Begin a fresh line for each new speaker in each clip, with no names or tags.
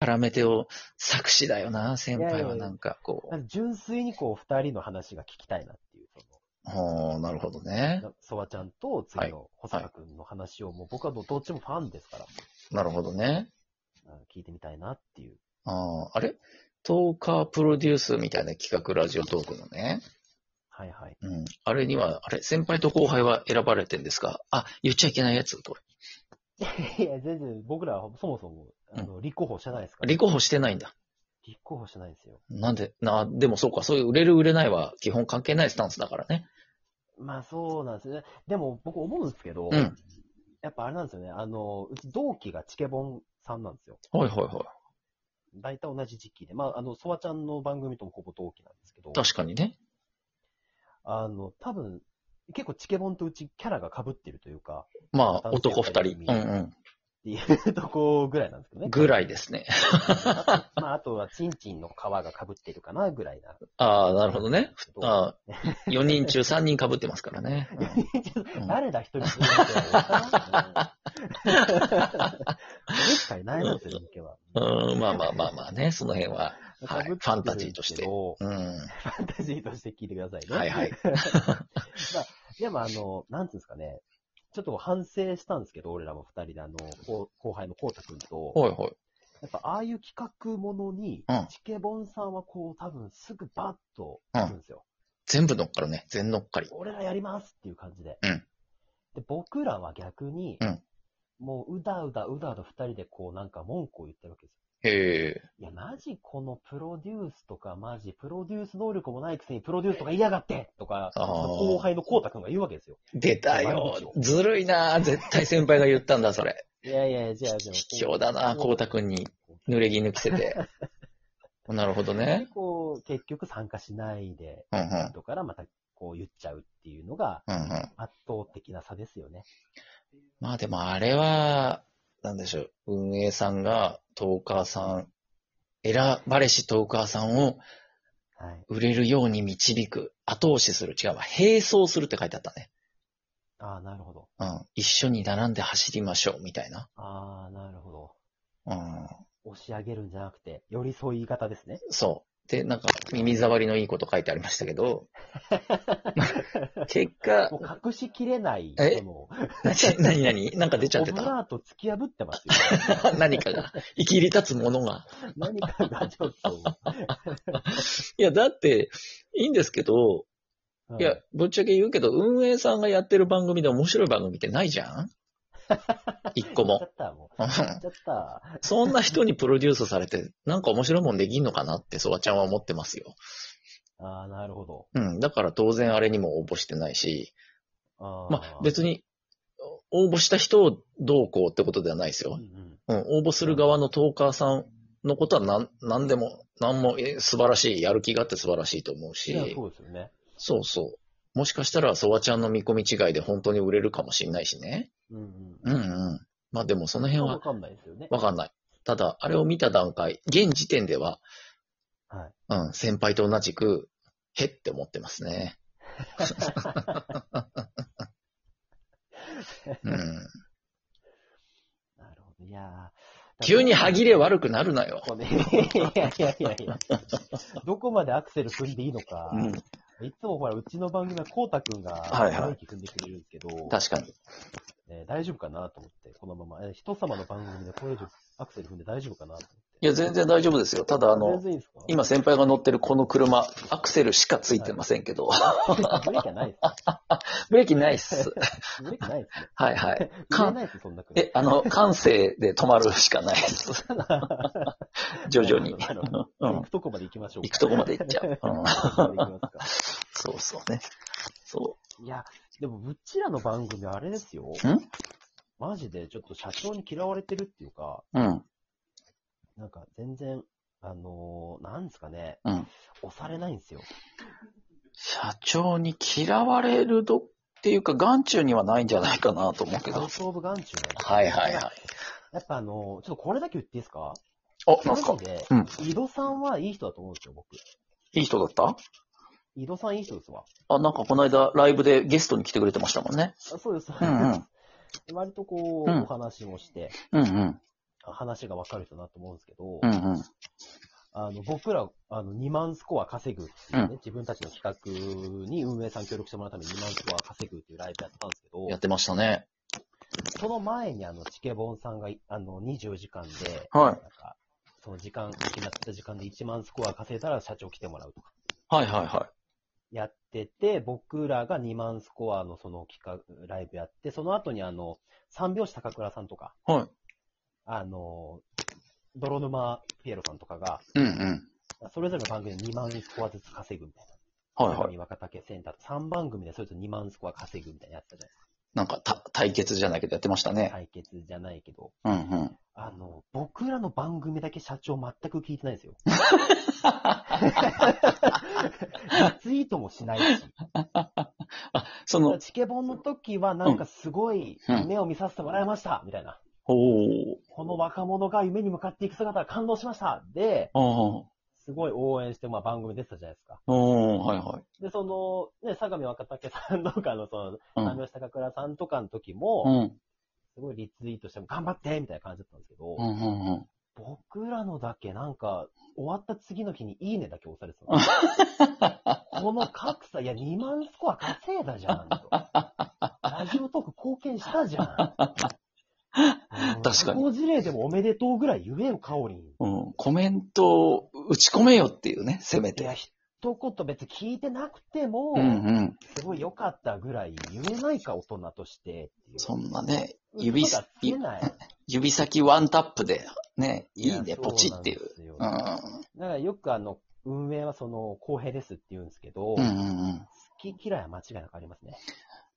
絡めてを作詞だよな、先輩はなんかこ
なんか純粋にこう、二人の話が聞きたいなっていう、
う。ほう、なるほど
そ
ね。
の、ソワちゃんと次の保坂くんの話を、もう僕はどっちもファンですから、
なるほどね。
うん聞いてみたいなっていう。
あーあれトーカープロデュースみたいな企画ラジオトークのね。
はい はい。
うん。あれには、あれ先輩と後輩は選ばれてんですかあ、言っちゃいけないやつこれ。
いや、全然、僕らはそもそも、あの、立候補してないですから。
立候補してないんだ。
立候補してないですよ。
なんで、な、でもそうか、そういう売れる売れないは基本関係ないスタンスだからね。
まあそうなんですね。でも僕思うんですけど、
うん。
やっぱあれなんですよね。あの、うち同期がチケボンさんなんですよ。
はいはいはい。
大体同じ時期で。まあ、あの、ソワちゃんの番組ともほぼ同期なんですけど、
確かにね。
あの、多分、結構チケボンとうちキャラが被ってるというか、
まあ、
男性
男二人
二。人
うん
っていうとこぐらいなんですけど
うん。
ね。
ぐらいですね。
あとまあ、あとは、チンチンの皮が被ってるかな、ぐらいな。
ああ、なるほどね。
けど
ああ、4人中3人被ってますからね。うん
誰だ、一人ずつは。 めったにない ですよ、池は。
うん、まあまあまあまあね、その辺は。はい
被ってるんですけど
ファンタジーとして
フ
うん。
ァンタジーとして聞いてください ね。
はいはい。
でも、あの、なんつうんですかね。ちょっと反省したんですけど、俺らも二人で、あの、後後輩のこうたくんと、
ほいほい。
やっぱ、ああいう企画ものに、
うん
チケボンさんはこう、多分すぐバッと
うん
来るんですよ。
全部乗っかるね。全乗っかり。
俺らやりますっていう感じで。
うん
で、僕らは逆に、
うん
もう、うだうだうだうだ二人でこう、なんか文句を言ってるわけですよ
へえ。
いや、マジこのプロデュースとか、マジプロデュース能力もないくせにプロデュースとか言いやがってとか、
あー
後輩のこうたくんが言うわけですよ。
出た
悪口
よ
を。
ずるいな。絶対先輩が言ったんだ、それ。
いやいや、じゃあ、じゃあ、
卑怯だな、光太くんに濡れ衣着せて。 なるほど
で
ね。
こう、結局参加しないで、
うんうん。
後からまたこう言っちゃうっていうのが
うんうん。
圧倒的な差ですよね。
まあでもあれは、なんでしょう。運営さんがトーカーさん、選ばれしトーカーさんを
はい。
売れるように導く、後押しする、違うわ、並走するって書いてあったね。
ああ、なるほど。
うん。一緒に並んで走りましょう、みたいな。
ああ、なるほど。
うん。
押し上げるんじゃなくて、寄り添い方です ね。
そう。で、なんか、耳障りのいいこと書いてありましたけど、結果、
もう隠しきれない、
え
その、オ
な何何なんか出ちゃっ
ブ
てた
ラート突き破ってますよ。
何かが、生き入り立つものが。
何かがちょっと。
いや、だって、いいんですけど、いや、ぶっちゃけ言うけど、運営さんがやってる番組で面白い番組ってないじゃん一個
うん、や
も
っ。ちゃった、もう。
うん
やっちゃった。
そんな人にプロデュースされて、なんか面白いもんできんのかなって、ソワちゃんは思ってますよ。
ああ、なるほど。
うん。だから当然あれにも応募してないし、
あ
まあ別
に、
に、応募した人をどうこうってことではないです
うんう
よ。
ん
うん。応募する側のトーカーさんのことはなん、なんでも、なんも、え素晴らしい、やる気があって素晴らしいと思う
いや
し、
そうですよね。
そうそう。もしかしたら、ソワちゃんの見込み違いで本当に売れるかもしれないしね。
うん
う
うんん。
うん。まあでもその辺
わ
は
かんないですよね。
わかんない。ただ、あれを見た段階、現時点では、
はい。
うん、先輩と同じく、へって思ってます ね。うん、
なるほど。いやーだから
急に歯切れ悪くなるなよ。
こうねいやいやいやいや。どこまでアクセル踏んでいいのか。
うん、
いつもほら、うちの番組はこうたくんが、
はいはい
ブレーキ踏んでくれるんですけど、
確かに。
ね大丈夫かなと思って、このまま。え人様の番組でこれ以上アクセル踏んで大丈夫かなと思って。
いや、全然大丈夫ですよ。ただ、あ
全
の、
然いいんですか、
今先輩が乗ってるこの車、アクセルしかついてませんけど、
ブレーキはないです
ブレーキないっす。
ね。 ブレーキないですね。
はいはい。
入れ
か
ないですよ、そんな車。
え、あの、感性で止まるしかないっ す。徐々に。
なるほど
うん
行くとこまで行きましょう
行くとこまで行っちゃう。うん
か。行きますか
そうそうね。そ
いや、でも、うちらの番組あれですよ。
ん
マジで、ちょっと社長に嫌われてるっていうか、
う。うん。
なんか全然、あのーなんですかね、
うん
押されないんですよ。
社長に嫌われるどっていうか、眼中にはないんじゃないかなと思うけ
ア
ど
ウ。トオブ眼中なんですよ
はいはいはい。
やっぱあのーちょっとこれだけ言っていいですか
あ、なんすか
マジで、
うん
井戸さんはいい人だと思うんですよ、僕。
いい人だった
井戸さんいい人ですわ。
あ、なんかこの間ライブでゲストに来てくれてましたもんね。
あそうです、そう
うんうん
です。割とこう、
うん
お話もして、
うんうん。
話がわかる人だと思うんですけど、
うんうん。
あの、僕ら、あの、2万スコア稼ぐっていうね、
うん
自分たちの企画に運営さん協力してもらうために2万スコア稼ぐっていうライブやったんですけど
や、ってましたね。
その前にあの、チケボンさんが、あの、24時間で、
は
なんか、その時間、決まった時間で1万スコア稼いだら社長来てもらうとか、
い。はいはいは
やってて、僕らが2万スコアのその企画、ライブやって、その後にあの、三拍子高倉さんとか、
い。はい。
あの、泥沼ピエロさんとかが、
うんうん。
それぞれの番組で2万スコアずつ稼ぐみたいな。
はいはい。
若竹センターと3番組でそれぞれ2万スコア稼ぐみたいなやつじゃないです
なんかた対決じゃないけどやってました
か。
ね。
対決じゃないけど。
うんうん。
あの、僕らの番組だけ社長全く聞いてないん ですよ。リツイートもしないし。
その、
チケボンの時はなんかすごい
うん
目を見させてもらいました、みたいな。
おー
この若者が夢に向かっていく姿感動しました。で、
あ
すごい応援して、まあ番組出てたじゃないですか。
あ、おーはいはい。
で、その、ね、相模若竹さんとかの、その、
うん
三好高倉さんとかの時も、
うん。
すごいリツイートしても頑張ってみたいな感じだったんですけ
う
ど、
んうんうん。
僕らのだけなんか、終わった次の日にいいねだけ押されてたの。この格差、いや、2万スコア稼いだじゃん、と。ラジオトーク貢献したじゃん。確
確かに
事例でもおめでとうぐらい言えよ、カオリン。
うん、コメントを打ち込めよっていうね、せめ
いや、
て。
一言別に聞いてなくても、
うんうん。
すごい良かったぐらい言えないか、大人としてっていう。
そんなね、指
嘘がつけない。
指先ワンタップで、ね、いいね、
や
ポチっていう。。
そう
う
なんですよ
ん
だからよくあの、運営はその、公平ですって言うんですけ
うん
ど、
う
好
んうん。
き嫌いは間違いなくありますね。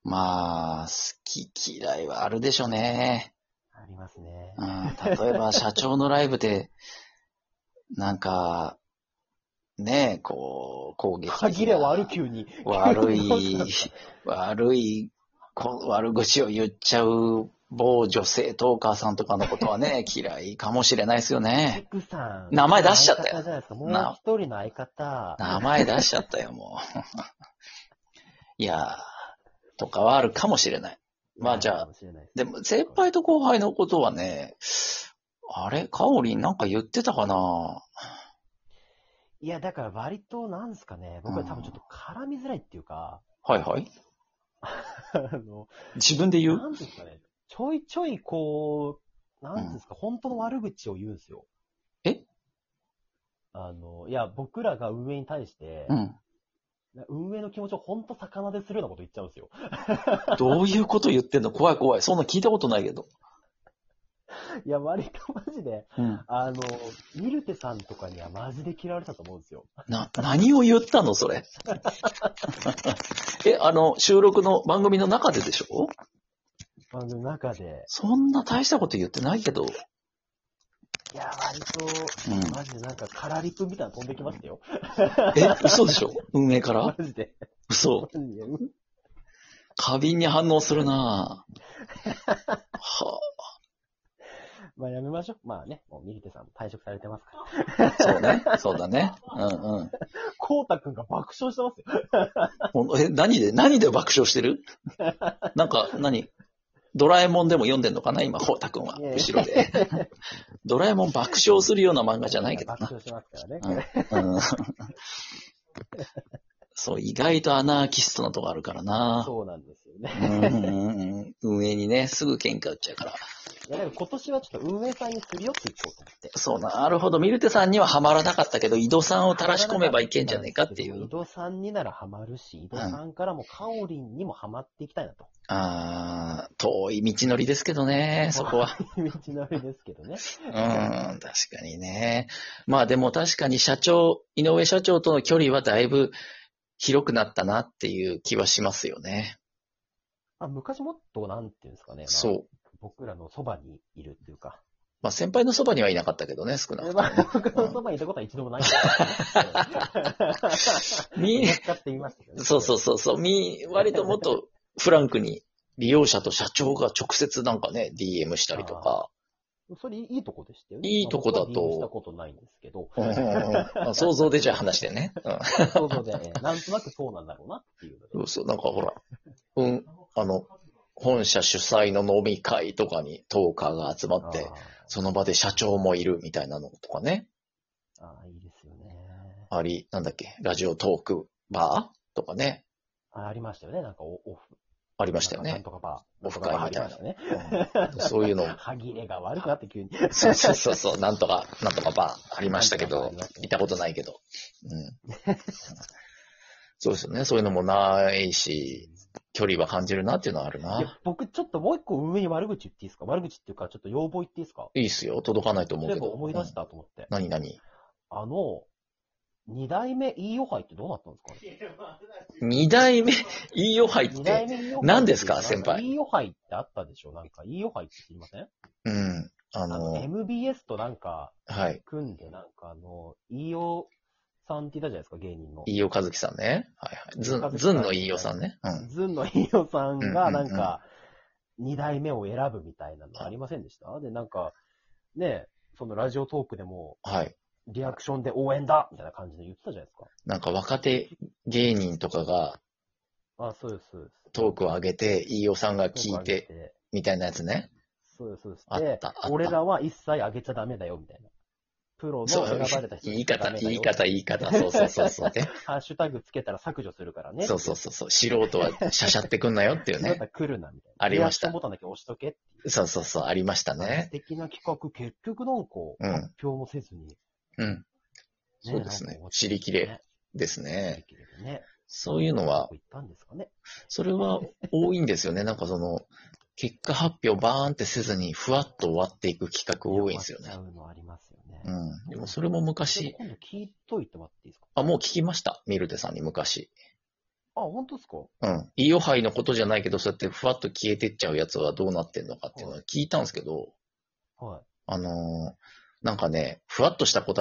まあ、好き嫌いはあるでしょうね。
ありますね
う。ん、例えば、社長のライブで、 なんか、ねえ、こう、攻撃的な。
限れはある急に。
悪
急に
い
どうし、
悪い、こ悪口を言っちゃう某女性トーカーさんとかのことは ね、嫌いかもしれないですよ
た。
ね。
テクさん。
名前出しちゃったよ
相方じゃないですか。もう
な
一人の相方。
名前出しちゃったよ、もう。 いやー、とかはあるかもしれない。まあじゃあ
かもしれないす
でも、先輩と後輩のことはね、あれカオリンなんか言ってたかない
や、だから割となんですかね、僕は多分ちょっと絡みづらいっていうか、
はいはい。
あの、
自分で言う
なんですかね、ちょいちょいこう、なんですか、本当の悪口を言うんですよ。
え
あの、いや、僕らが運営に対して、
うん。
運営の気持ちをほんと魚でするようなこと言っちゃうんですよ。
どういうこと言ってんの怖い怖い。そんな聞いたことないけど。
いや、割とマジで、
うん。
あの、ミルテさんとかにはマジで嫌われたと思うんですよ。
な、何を言ったのそれ。 え、あの、収録の番組の中ででしょ
番組の中で。
そんな大したこと言ってないけど。
いや、割
う
と、
ん
マジでなんか、カラリプみたいなの飛んできましたよ。
え、嘘でしょ運営から
マジで。
嘘。
マジでうん
過敏に反応するなぁは
まあ、やめましょう。まあね、もうミルテさんも退職されてますから。
あ、そうね。そうだね。うんうん
コウタくんが爆笑してますよ。
ほん。え、何で、何で爆笑してるなんか、何ドラえもんでも読んでんのかな今、ほうたくんは。
いやいや
後ろで。ドラえもん爆笑するような漫画じゃないけど
爆
な。
笑してますからね。
うんうんそう、意外とアナーキストなとこあるからな
そうなんですよね。
うんうんうん運営にね、すぐ喧嘩売っちゃうから。
いや、だから今年はちょっと運営さんにすり寄っていこうと思って。
そうなるほど。ミルテさんにはハマらなかったけど、井戸さんを垂らし込めばいけんじゃねえかってい
井
う。
戸さんにならハマるし、井戸さんからもカオリンにもハマっていきたいなと。
あー遠い道のりですけどね、 そこは。
道のりですけどね。
うん、確かにね。まあでも確かに社長、井上社長との距離はだいぶ広くなったなっていう気はしますよね。
まあ、昔もっと、なんていうんですかね。まあ
そう。
僕らのそばにいるっていうか。
まあ先輩のそばにはいなかったけどね、少なくとも
まあ、僕のそばにいたことは一度もないです けど。
み
乗っかって言いましたけどね。
そうそうそうそう、み、割ともっとフランクに利用者と社長が直接なんかね、DM したりとか。
それいいとこでしたよね。
いいとこだと
まあ僕は DM したことないんですけど、
うんうんうん想像でじゃあ話してね。うん
想像で、えーなんとなくそうなんだろうなっていうので。
そうそう、なんかほら、うん、あの、本社主催の飲み会とかにトーカーが集まって
あ、ー
その場で社長もいるみたいなのとかね。
ああ、いいですよね。
あり、なんだっけ、ラジオトークバーとかね。
あありましたよね。なんかオオフ。
ありましたよ
なん
ね。
とかバー。
オフ会みたいな
なんとかバーありましたね。
うんそういうの。
歯切れが悪くなって急に。
そうそうそうそう、なんとか、なんとかバーありましたけ
なん
ど
とかバーありました、
行
ね
ったことないけど。うん。そうですよね。そういうのもないし、距離は感じるなっていうのはある
い
な。
や僕、ちょっともう一個上に悪口言っていいですか悪口っていうか、ちょっと要望言っていいですか
いいっすよ。届かないと思
そううい
け
えば
ど。
思い出し
うん
たと思って。
何何
あの、二代目飯尾杯ってどうなったんですかね
二代目、いいよ入っ て
二代。目飯尾杯って。
何ですか先輩
飯尾杯ってあったでしょなんか、飯尾杯って知りません
うん。あ
あの、
の、
MBS となんか、
はい。
組んで、なんかあの、飯尾さんっていたじゃないですか、芸人の。
飯尾和樹さんね。はいはい。ず
飯尾和
ん、
樹
ず
さん
んの飯尾さんね。うん。
ずんの飯尾さんが、なん
うんうんう
か、二代目を選ぶみたいなのありませんでしたで、なんか、ね、そのラジオトークでも、
はい。
リアクションで応援だみたいな感じで言ってたじゃないですか。
なんか若手芸人とかが
あ、そうです、そうです。
トークを上げて、飯尾さんが聞いて、
トーク上げて。
みたいなやつね。
そうです、そうです。
あっ
で
た、あった。
俺らは一切上げちゃダメだよ、みたいな。プロの選
そう
ばれた人
言
に
い
しちゃダ
方、
メだよ
言い。方、言い方。そうそうそう そう、ね。
ハッシュタグつけたら削除するからね。
そうそうそうそう。素人はしゃしゃってくんなよっていう
だっ
ね
た。ら来るな、みたいな。
ありました
リアクションボタンだけ押しとけ。
そうそうそう、ありました
素
ね。
敵な企画、結局なんか、
うん
発表もせずに。
うん。そうですね
なんか終わっちゃった
知りきれですね
知。りきれでね。
そういうの
ど
は
こ、行ったんですかね。
それは多いんですよね。なんかその、結果発表バーンってせずに、ふわっと終わっていく企画多いんですよ
終
ね。
わっちゃうのありますよね。
うん。でもそれも
でも
昔、
今度聞いといてもらっていいですか
あ、もう聞きました。ミルテさんに昔。
あ、本当ですか
うん。イオハイのことじゃないけど、そうやってふわっと消えてっちゃうやつはどうなってんのかっていうのは聞いたんですけど、
はい。
あのーなんかね、ふわっとした答え